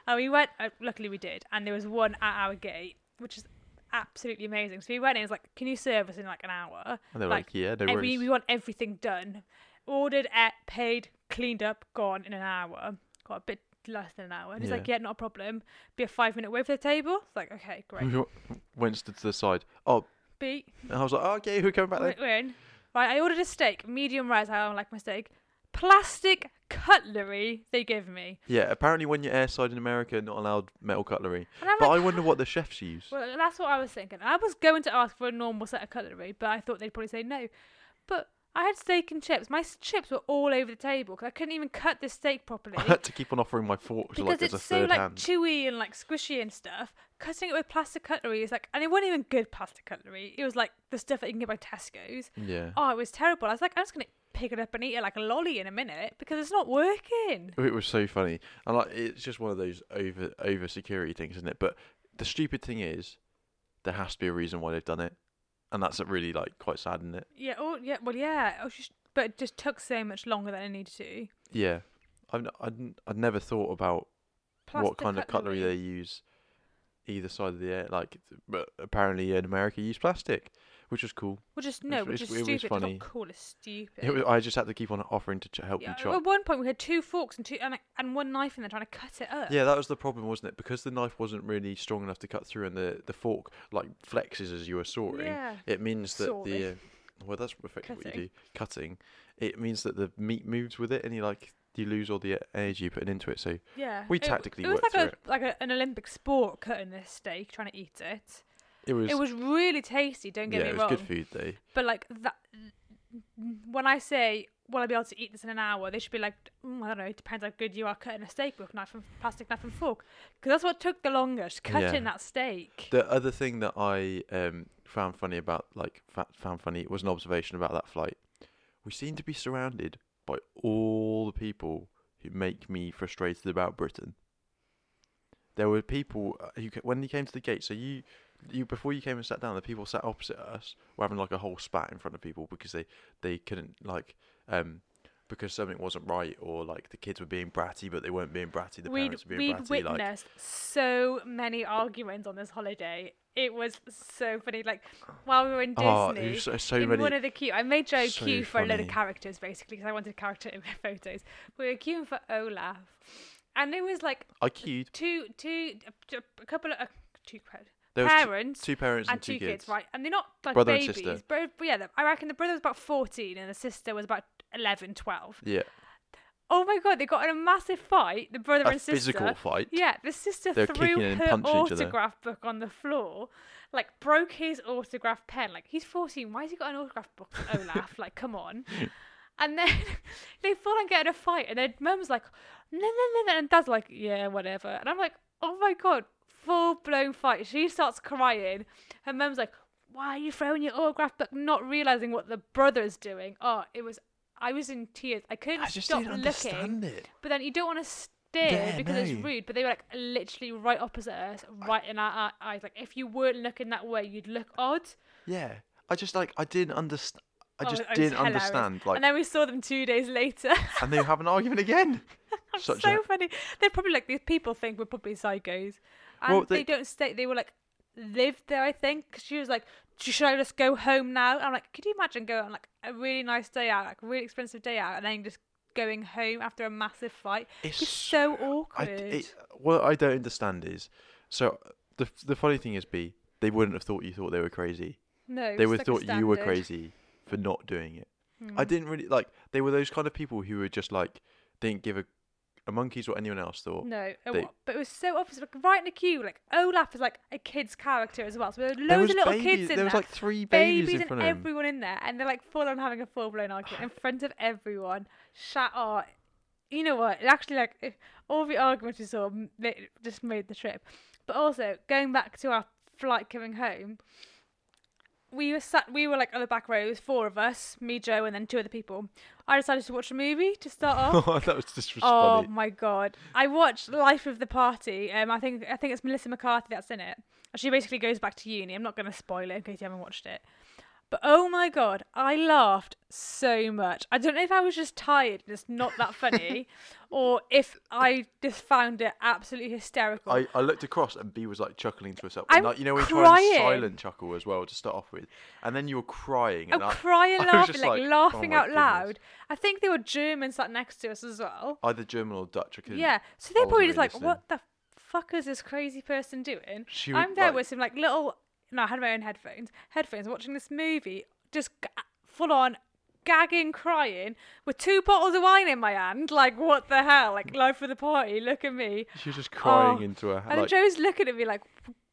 Speaker 2: And we went. Uh, luckily, we did. And there was one at our gate, which is absolutely amazing. So we went in. It's like, "Can you serve us in like an hour?"
Speaker 1: And they were like, "Yeah, no
Speaker 2: and
Speaker 1: worries."
Speaker 2: We, we want everything done, ordered, at, paid, cleaned up, gone in an hour. Got a bit less than an hour. And he's like,
Speaker 1: Yeah.
Speaker 2: "Yeah, not a problem." Be a five minute wait for the table. It's like, okay, great.
Speaker 1: Hmm. Went to the side. Oh,
Speaker 2: Beat.
Speaker 1: and I was like, oh, okay, who coming back
Speaker 2: We're
Speaker 1: then?
Speaker 2: we're in. Right, I ordered a steak, medium rare, as I don't like my steak. Plastic cutlery they give me.
Speaker 1: Yeah, apparently when you're airside in America, not allowed metal
Speaker 2: [LAUGHS]
Speaker 1: cutlery.
Speaker 2: And I'm
Speaker 1: But I
Speaker 2: like,
Speaker 1: wonder what the chefs use.
Speaker 2: well, that's what I was thinking. I was going to ask for a normal set of cutlery, but I thought they'd probably say no. But I had steak and chips. My s- chips were all over the table because I couldn't even cut this steak
Speaker 1: [LAUGHS]
Speaker 2: properly.
Speaker 1: I had to keep on offering my fork to like
Speaker 2: because
Speaker 1: as a
Speaker 2: it's so
Speaker 1: third
Speaker 2: like
Speaker 1: hand.
Speaker 2: chewy and like squishy and stuff. Cutting it with plastic cutlery is like, and it wasn't even good plastic cutlery. It was like the stuff that you can get by Tesco's.
Speaker 1: yeah.
Speaker 2: Oh, it was terrible. I was like, I'm just gonna pick it up and eat it like a lolly in a minute because it's not working.
Speaker 1: Oh, It was so funny, and like it's just one of those over over security things, isn't it? But the stupid thing is, there has to be a reason why they've done it, and that's really like quite sad, isn't it?
Speaker 2: Yeah. Oh, yeah. Well, yeah. Oh, just, but it just took so much longer than it needed to.
Speaker 1: Yeah, I've n- I'd, n- I'd never thought about
Speaker 2: Plus
Speaker 1: what
Speaker 2: the
Speaker 1: kind of cutlery they use either side of the air. Like, but apparently in America used plastic, which was cool.
Speaker 2: Well, just no,
Speaker 1: It's-
Speaker 2: which is
Speaker 1: it's- it was
Speaker 2: stupid. It's
Speaker 1: funny.
Speaker 2: not cool. It's stupid.
Speaker 1: It was, I just had to keep on offering to ch- help
Speaker 2: Yeah,
Speaker 1: you chop.
Speaker 2: At one point, we had two forks and two and, a- and one knife in there trying to cut it up.
Speaker 1: Yeah, that was the problem, wasn't it? Because the knife wasn't really strong enough to cut through, and the, the fork like flexes as you were sawing.
Speaker 2: Yeah.
Speaker 1: It means that
Speaker 2: Sawing.
Speaker 1: the uh, well, that's effectively what you
Speaker 2: Cutting.
Speaker 1: do. Cutting. It means that the meat moves with it, and you like you lose all the uh, energy you're putting into it. So
Speaker 2: Yeah.
Speaker 1: We
Speaker 2: It w-
Speaker 1: tactically
Speaker 2: It was
Speaker 1: worked
Speaker 2: like
Speaker 1: through
Speaker 2: a like a, an Olympic sport cutting this steak, trying to eat it.
Speaker 1: it was.
Speaker 2: It was really tasty. Don't get
Speaker 1: yeah,
Speaker 2: me
Speaker 1: it was
Speaker 2: wrong.
Speaker 1: good food though.
Speaker 2: But like that, when I say will I be able to eat this in an hour, they should be like, mm, I don't know. It depends how good you are cutting a steak with knife and plastic knife and fork, because that's what took the longest cutting
Speaker 1: Yeah.
Speaker 2: that steak.
Speaker 1: The other thing that I um, found funny about, like, fa- found funny was an observation about that flight. We seem to be surrounded by all the people who make me frustrated about Britain. There were people uh, who, ca- when you came to the gate, so you, you before you came and sat down, the people sat opposite us were having like a whole spat in front of people because they they couldn't like, um, because something wasn't right or like the kids were being bratty but they weren't being bratty. The
Speaker 2: we'd
Speaker 1: parents were being
Speaker 2: we'd
Speaker 1: bratty. Like,
Speaker 2: witnessed so many arguments on this holiday. It was so funny. Like while we were in Disney,
Speaker 1: oh, it was so, so
Speaker 2: in
Speaker 1: many.
Speaker 2: one of the queue, I made Joe
Speaker 1: so
Speaker 2: queue for a load of
Speaker 1: funny.
Speaker 2: characters basically because I wanted a character in my [LAUGHS] photos. We were queuing for Olaf, and it was like
Speaker 1: I queued
Speaker 2: two, two, a couple of uh, two pa-
Speaker 1: There was two-
Speaker 2: parents.
Speaker 1: two parents
Speaker 2: and two kids. right? And they're not like
Speaker 1: Brother and
Speaker 2: babies.
Speaker 1: sister.
Speaker 2: Bro- but yeah, the- I reckon the brother was about 14 and the sister was about 11, 12.
Speaker 1: Yeah,
Speaker 2: Oh my god, they got in a massive fight, the brother
Speaker 1: A
Speaker 2: and sister.
Speaker 1: physical fight?
Speaker 2: Yeah, the sister
Speaker 1: They were
Speaker 2: threw
Speaker 1: kicking and
Speaker 2: her
Speaker 1: punching each other.
Speaker 2: autograph book on the floor, like broke his autograph pen. Like he's 14, why has he got an autograph book, Olaf? like,
Speaker 1: [LAUGHS]
Speaker 2: come on. And then [LAUGHS] they fall and get in a fight, and their mum's like, no, no, no, no. And dad's like, yeah, whatever. And I'm like, oh my God, full blown fight. She starts crying. Her mum's like, why are you throwing your autograph book? Not realizing what the brother's doing. Oh, it was, I was in tears. I couldn't
Speaker 1: I just
Speaker 2: stop
Speaker 1: didn't
Speaker 2: looking.
Speaker 1: understand it.
Speaker 2: But then you don't want to stare
Speaker 1: Yeah,
Speaker 2: because it's
Speaker 1: no.
Speaker 2: rude. But they were like literally right opposite us, right in our, our eyes. Like if you weren't looking that way, you'd look odd.
Speaker 1: Yeah, I just like I didn't understand. I
Speaker 2: Oh,
Speaker 1: just
Speaker 2: it was
Speaker 1: didn't
Speaker 2: hilarious.
Speaker 1: understand. Like,
Speaker 2: and
Speaker 1: and,
Speaker 2: then we saw them two days later. [LAUGHS]
Speaker 1: they have an argument again.
Speaker 2: That's
Speaker 1: Such
Speaker 2: so
Speaker 1: a-
Speaker 2: funny. They're probably like these people think we're probably psychos, and
Speaker 1: Well, they-
Speaker 2: they, don't stay. They were like lived there, I think. 'cause she was like, "Should I just go home now?" I'm like, "Could you imagine going on like a really nice day out, like a really expensive day out, and then just going home after a massive fight?"
Speaker 1: It's
Speaker 2: It's so
Speaker 1: I,
Speaker 2: awkward.
Speaker 1: it, what I don't understand is, so the the funny thing is, B, they wouldn't have thought you thought they were crazy.
Speaker 2: no,
Speaker 1: they
Speaker 2: it's
Speaker 1: would
Speaker 2: like a
Speaker 1: have thought you were
Speaker 2: standard. Hmm.
Speaker 1: crazy for not doing it. I didn't really like. They were those kind of people who were just like didn't give a a monkey's what anyone else thought.
Speaker 2: No, it
Speaker 1: They-
Speaker 2: wa- but it was so obvious. Like right in the queue, like Olaf is like a kid's character as well. So there were loads
Speaker 1: there was
Speaker 2: of little
Speaker 1: babies,
Speaker 2: kids in
Speaker 1: There was
Speaker 2: there.
Speaker 1: like three babies,
Speaker 2: babies,
Speaker 1: in
Speaker 2: and
Speaker 1: front of him.
Speaker 2: everyone in there, and they're like full on having a full blown argument in front of everyone. Shut up. You know what? It actually, like eh, all the arguments we saw m- ma- just made the trip. But also going back to our flight coming home, we were sat. We were like on the back rows, four of us, me, Joe, and then two other people. I decided to watch a movie
Speaker 1: [LAUGHS]
Speaker 2: to start off.
Speaker 1: that was just
Speaker 2: [LAUGHS] Oh
Speaker 1: funny.
Speaker 2: my god! I watched Life of the Party. Um, I think I think it's Melissa McCarthy that's in it. She basically goes back to uni. I'm not going to spoil it in case you haven't watched it. But oh my god, I laughed so much. I don't know if I was just tired and it's not
Speaker 1: [LAUGHS]
Speaker 2: that funny, or if I just found it absolutely hysterical.
Speaker 1: I, I looked across and B was like chuckling to herself.
Speaker 2: I'm
Speaker 1: and, like, you know, we try
Speaker 2: crying.
Speaker 1: and silent chuckle as well to start off with. And then you were crying.
Speaker 2: I'm
Speaker 1: and I- [LAUGHS]
Speaker 2: crying,
Speaker 1: I was
Speaker 2: laughing,
Speaker 1: just
Speaker 2: like,
Speaker 1: like, oh
Speaker 2: laughing
Speaker 1: my
Speaker 2: out
Speaker 1: goodness.
Speaker 2: loud. I think there were Germans sat next to us as well.
Speaker 1: Either German or Dutch. I couldn't-
Speaker 2: Yeah. So
Speaker 1: I
Speaker 2: they're
Speaker 1: wasn't
Speaker 2: probably just
Speaker 1: really
Speaker 2: like, what the fuck is this crazy person doing?
Speaker 1: She
Speaker 2: I'm
Speaker 1: would,
Speaker 2: there
Speaker 1: like-
Speaker 2: with some like little. No, I had my own headphones. Headphones, watching this movie, just g- full on gagging, crying, with two bottles of wine in my hand. Like, what the hell? Like, life for the party. Look at me.
Speaker 1: Mm. She was just crying
Speaker 2: Oh.
Speaker 1: into her.
Speaker 2: And then
Speaker 1: Like,
Speaker 2: Joe's looking at me like,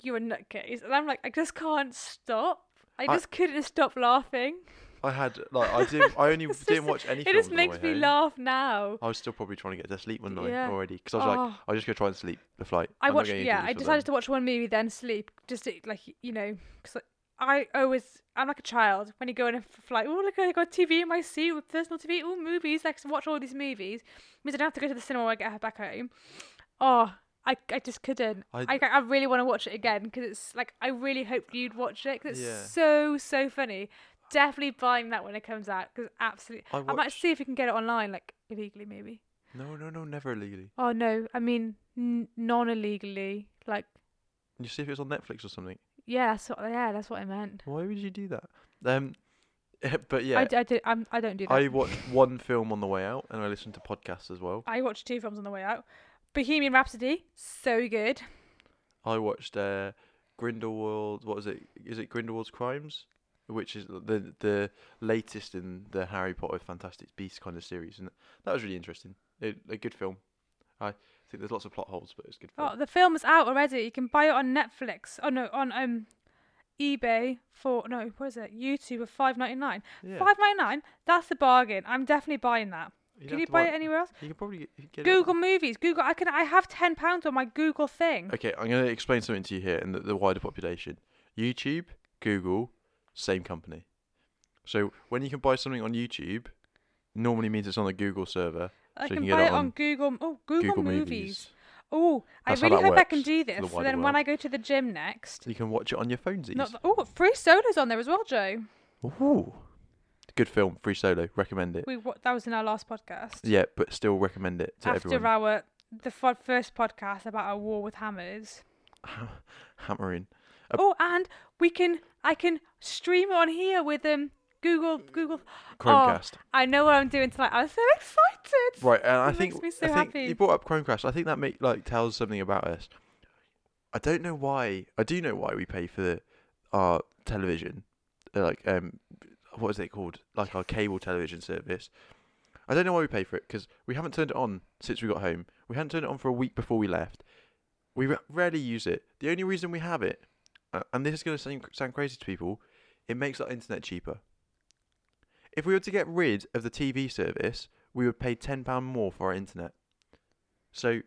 Speaker 2: you're a nutcase. And I'm like, I just can't stop. I
Speaker 1: I-
Speaker 2: just couldn't stop laughing.
Speaker 1: I had, like, I didn't, I only
Speaker 2: [LAUGHS] It's
Speaker 1: didn't
Speaker 2: just-
Speaker 1: watch any
Speaker 2: It just
Speaker 1: films on the
Speaker 2: makes
Speaker 1: way home.
Speaker 2: me laugh now.
Speaker 1: I was still probably trying to get to sleep one night
Speaker 2: Yeah.
Speaker 1: already. Because I was like,
Speaker 2: Oh.
Speaker 1: I'll just go try and sleep the flight.
Speaker 2: I
Speaker 1: I'm not
Speaker 2: watched.
Speaker 1: gonna
Speaker 2: Yeah,
Speaker 1: do
Speaker 2: I
Speaker 1: this with
Speaker 2: decided
Speaker 1: them.
Speaker 2: to watch one movie then sleep. Just to, like you know, because I always I'm like a child when you go on a f- flight. Oh look, I got TV in my seat with personal TV. Oh movies, like watch all these movies. Means I don't have to go to the cinema when I get back home. Oh. I, I just couldn't. I,
Speaker 1: I-
Speaker 2: I, really want to watch it again because it's like I really hoped you'd watch it 'cause it's
Speaker 1: Yeah.
Speaker 2: so so funny. Definitely buying that when it comes out because absolutely.
Speaker 1: I
Speaker 2: I might
Speaker 1: watched-
Speaker 2: see if you can get it online like illegally maybe.
Speaker 1: No, no, no, never illegally.
Speaker 2: Oh no, I mean n- non illegally, like
Speaker 1: You see if it was on Netflix or something.
Speaker 2: Yeah, that's what, yeah, that's what I meant.
Speaker 1: Why would you do that? Um, [LAUGHS] but yeah,
Speaker 2: I, d- I, do, I'm, I don't do that.
Speaker 1: I watched one film on the way out, and I listened to podcasts as well.
Speaker 2: I watched two films on the way out. Bohemian Rhapsody, so good.
Speaker 1: I watched uh, Grindelwald. What was it? Is it Grindelwald's Crimes, which is the the latest in the Harry Potter Fantastic Beasts kind of series, and that was really interesting. It, a good film. I think there's lots of plot holes, but it's a good. Film.
Speaker 2: Oh, the film is out already. You can buy it on Netflix. Oh no, on um eBay for no, what is it? YouTube for five ninety nine.
Speaker 1: Yeah.
Speaker 2: Five ninety nine. That's the bargain. I'm definitely buying that.
Speaker 1: You'd
Speaker 2: Can
Speaker 1: have
Speaker 2: you
Speaker 1: to
Speaker 2: buy it anywhere else?
Speaker 1: You can probably get, get
Speaker 2: Google Movies. Google. I can. I have ten pounds on my Google thing.
Speaker 1: It. Okay, I'm going to explain something to you here and the, the wider population. YouTube, Google, same company. So when you can buy something on YouTube, normally means it's on the Google server. so
Speaker 2: I
Speaker 1: you
Speaker 2: can
Speaker 1: can get
Speaker 2: buy
Speaker 1: it
Speaker 2: it on
Speaker 1: on
Speaker 2: Google. Oh, Google, Movies.
Speaker 1: Movies.
Speaker 2: Oh, I
Speaker 1: That's how
Speaker 2: really hope
Speaker 1: that
Speaker 2: I can
Speaker 1: works
Speaker 2: do
Speaker 1: for the
Speaker 2: this. So
Speaker 1: wider
Speaker 2: then
Speaker 1: world.
Speaker 2: when I go to the gym next,
Speaker 1: You can watch it on your phones.
Speaker 2: not the, oh, free sodas on there as well, Joe.
Speaker 1: Ooh. Good film, Free Solo. Recommend it.
Speaker 2: We what, that was in our last podcast.
Speaker 1: Yeah, but still recommend it to
Speaker 2: After
Speaker 1: everyone.
Speaker 2: our the fo- first podcast about our war with hammers.
Speaker 1: Hammering.
Speaker 2: Oh, and we can I can stream it on here with um Google Google
Speaker 1: Chromecast.
Speaker 2: Oh, I know what I'm doing tonight. I'm so excited.
Speaker 1: Right, and I
Speaker 2: It
Speaker 1: think,
Speaker 2: makes me so
Speaker 1: I think
Speaker 2: happy.
Speaker 1: you brought up Chromecast. I think that make, like tells something about us. I don't know why. I do know why we pay for the, our television, uh, like um, what is it called? Like our cable television service. I don't know why we pay for it because we haven't turned it on since we got home. We hadn't turned it on for a week before we left. We ra- rarely use it. The only reason we have it, uh, and this is going to sound crazy to people, it makes our internet cheaper. If we were to get rid of the TV service, we would pay ten pound more for our internet. So,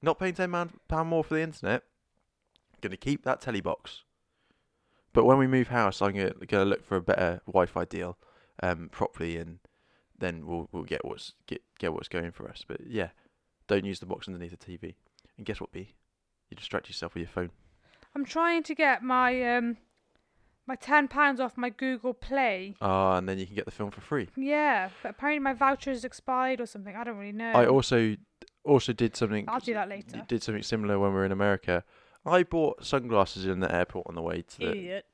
Speaker 1: not paying ten pound more for the internet, gonna keep that telly box. But when we move house, I'm gonna, gonna look for a better Wi-Fi deal, um, properly, and then we'll we'll get what's get get what's going for us. But yeah, don't use the box underneath the TV. And guess what, B? You distract yourself with your phone.
Speaker 2: I'm trying to get my um my ten pounds off my Google Play.
Speaker 1: Ah, and then you can get the film for free.
Speaker 2: Yeah, but apparently my voucher has expired or something. I don't really know.
Speaker 1: I also also did something.
Speaker 2: I'll do that
Speaker 1: d-
Speaker 2: later.
Speaker 1: Did something similar when we were in America. I bought sunglasses in the airport on the way to the.
Speaker 2: idiot.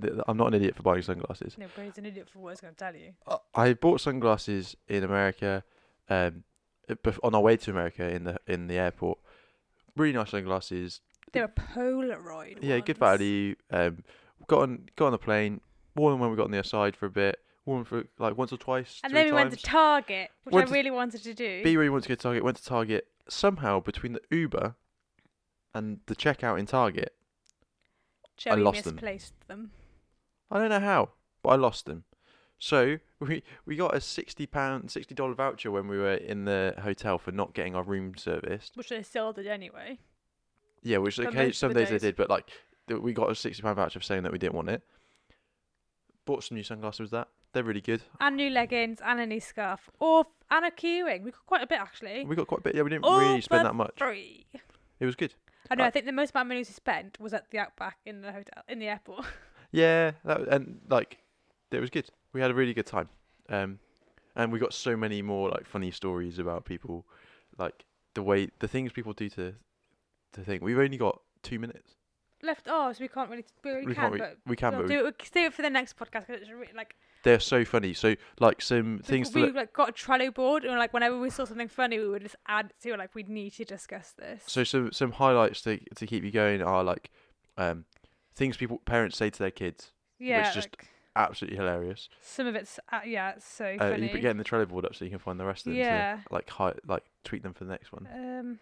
Speaker 1: th- th- I'm not an idiot for buying sunglasses.
Speaker 2: No, but he's an idiot for what he's going to tell you.
Speaker 1: I- I bought sunglasses in America, um, uh, bef- on our way to America in the in the airport. Really nice sunglasses.
Speaker 2: They're a Polaroid.
Speaker 1: Yeah, good
Speaker 2: ones.
Speaker 1: value. Um, got on got on the plane. Wore them when we got on the side for a bit. Wore them for like once or twice.
Speaker 2: And
Speaker 1: three
Speaker 2: then we
Speaker 1: times.
Speaker 2: went to Target, which
Speaker 1: Went
Speaker 2: I
Speaker 1: to-
Speaker 2: really wanted to do.
Speaker 1: B where you want to go to Target, went to Target. Somehow between the Uber and the checkout in Target,
Speaker 2: Joey
Speaker 1: lost them.
Speaker 2: misplaced them.
Speaker 1: I don't know how, but I lost them. So [LAUGHS] we we got a sixty pound sixty dollar voucher when we were in the hotel for not getting our room serviced.
Speaker 2: which they still did anyway.
Speaker 1: Yeah, which
Speaker 2: But
Speaker 1: okay,
Speaker 2: most of
Speaker 1: some
Speaker 2: the
Speaker 1: days they
Speaker 2: days-
Speaker 1: did, but like th- we got a sixty pound voucher for saying that we didn't want it. Bought some new sunglasses with that. They're really good.
Speaker 2: And new leggings and a new scarf. Or and a keyring. We got quite a bit actually.
Speaker 1: We got quite a bit. Yeah, we didn't
Speaker 2: All
Speaker 1: really spend
Speaker 2: for
Speaker 1: that much.
Speaker 2: Free.
Speaker 1: It was good.
Speaker 2: I know.
Speaker 1: Uh,
Speaker 2: I think the most amount of money we spent was at the Outback in the hotel in the airport. [LAUGHS]
Speaker 1: Yeah, that was, and like it was good. We had a really good time. Um, and we got so many more like funny stories about people, like the way the things people do to the thing. We've only got two minutes.
Speaker 2: Left ours. We can't really. We, really
Speaker 1: we
Speaker 2: can,
Speaker 1: can't. re-
Speaker 2: but
Speaker 1: we can,
Speaker 2: we'll
Speaker 1: but we,
Speaker 2: do it. we save it for the next podcast because it's really, like
Speaker 1: they're so funny. So like some things to
Speaker 2: we,
Speaker 1: look.
Speaker 2: like got a Trello board and like whenever we saw something funny, we would just add it to it, like we need to discuss this.
Speaker 1: So some some highlights to to keep you going are like, um, things people parents say to their kids.
Speaker 2: yeah,
Speaker 1: just
Speaker 2: like,
Speaker 1: Absolutely hilarious.
Speaker 2: some of it's uh, yeah, it's so
Speaker 1: Uh,
Speaker 2: funny.
Speaker 1: you getting the Trello board up so you can find the rest of them.
Speaker 2: yeah.
Speaker 1: To, like hi- like tweet them for the next one.
Speaker 2: Um,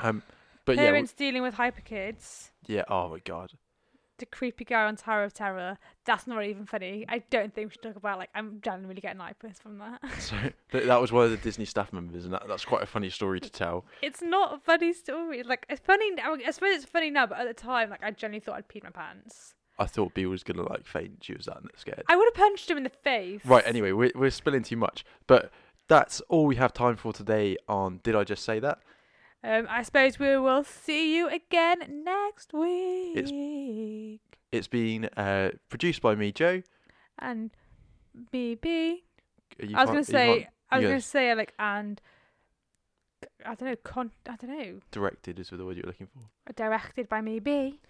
Speaker 1: Um, but yeah, we-
Speaker 2: parents dealing with hyperkids.
Speaker 1: yeah. Oh my god.
Speaker 2: [LAUGHS] the creepy guy on Tower of Terror. That's not even funny. I don't think we should talk about like I'm genuinely getting nightmares from that. [LAUGHS]
Speaker 1: So th- that was one of the Disney staff members, and that, that's quite a funny story to tell.
Speaker 2: It's not a funny story. Like it's funny now. I suppose it's funny now, but at the time, like I genuinely thought I'd peed my pants.
Speaker 1: I thought Bea was gonna like faint. She was that scared.
Speaker 2: I would have punched him in the face.
Speaker 1: Right. Anyway, we're we're spilling too much, but that's all we have time for today. On did I just say that?
Speaker 2: Um, I suppose we will see you again next week.
Speaker 1: It's been uh, produced by me, Joe.
Speaker 2: And maybe
Speaker 1: You
Speaker 2: I
Speaker 1: can't-
Speaker 2: was
Speaker 1: Uh,
Speaker 2: gonna
Speaker 1: you
Speaker 2: say
Speaker 1: can't-
Speaker 2: I was
Speaker 1: you
Speaker 2: gonna
Speaker 1: guys-
Speaker 2: say like and I don't know, con- I don't know,
Speaker 1: Directed is the word you're looking for.
Speaker 2: directed by maybe.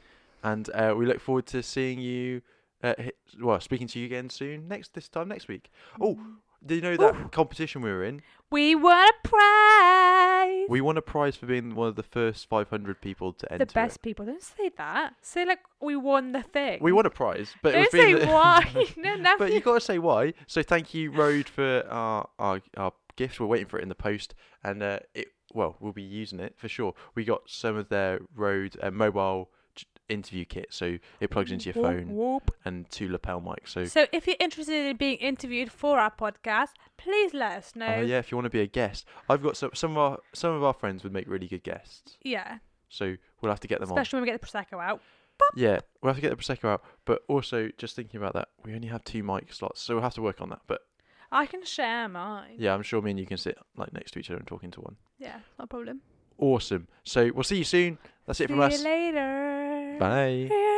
Speaker 1: And uh, we look forward to seeing you, uh, hi- well, speaking to you again soon next this time next week. Oh, do you know that competition we were in?
Speaker 2: We won a prize.
Speaker 1: We won a prize for being one of the first 500 people to enter.
Speaker 2: the
Speaker 1: it.
Speaker 2: best people. Don't say that. Say like we won the thing.
Speaker 1: We won a prize, but
Speaker 2: Don't
Speaker 1: it was being
Speaker 2: say
Speaker 1: the-
Speaker 2: why. [LAUGHS] no,
Speaker 1: [LAUGHS]
Speaker 2: nothing.
Speaker 1: but you got to say why. So thank you, Road, for our our, our gift. We're waiting for it in the post, and uh, it well, we'll be using it for sure. We got some of their Road uh, mobile j- interview kit, so it plugs into your
Speaker 2: Whoop,
Speaker 1: phone
Speaker 2: whoop.
Speaker 1: and two lapel mics. So
Speaker 2: So if you're interested in being interviewed for our podcast, please let us know.
Speaker 1: oh yeah, if you want to be a guest, I've got some some of our some of our friends would make really good guests.
Speaker 2: Yeah,
Speaker 1: So we'll have to get them on.
Speaker 2: especially when we get the prosecco out.
Speaker 1: Yeah, we'll have to get the prosecco out. But also, just thinking about that, we only have two mic slots, so we'll have to work on that. But
Speaker 2: I can share mine.
Speaker 1: yeah, I'm sure me and you can sit like next to each other and talk into one.
Speaker 2: Yeah, not a problem.
Speaker 1: awesome. So we'll see you soon. That's it
Speaker 2: See
Speaker 1: from us.
Speaker 2: you later. ah.
Speaker 1: Bye.
Speaker 2: Yeah.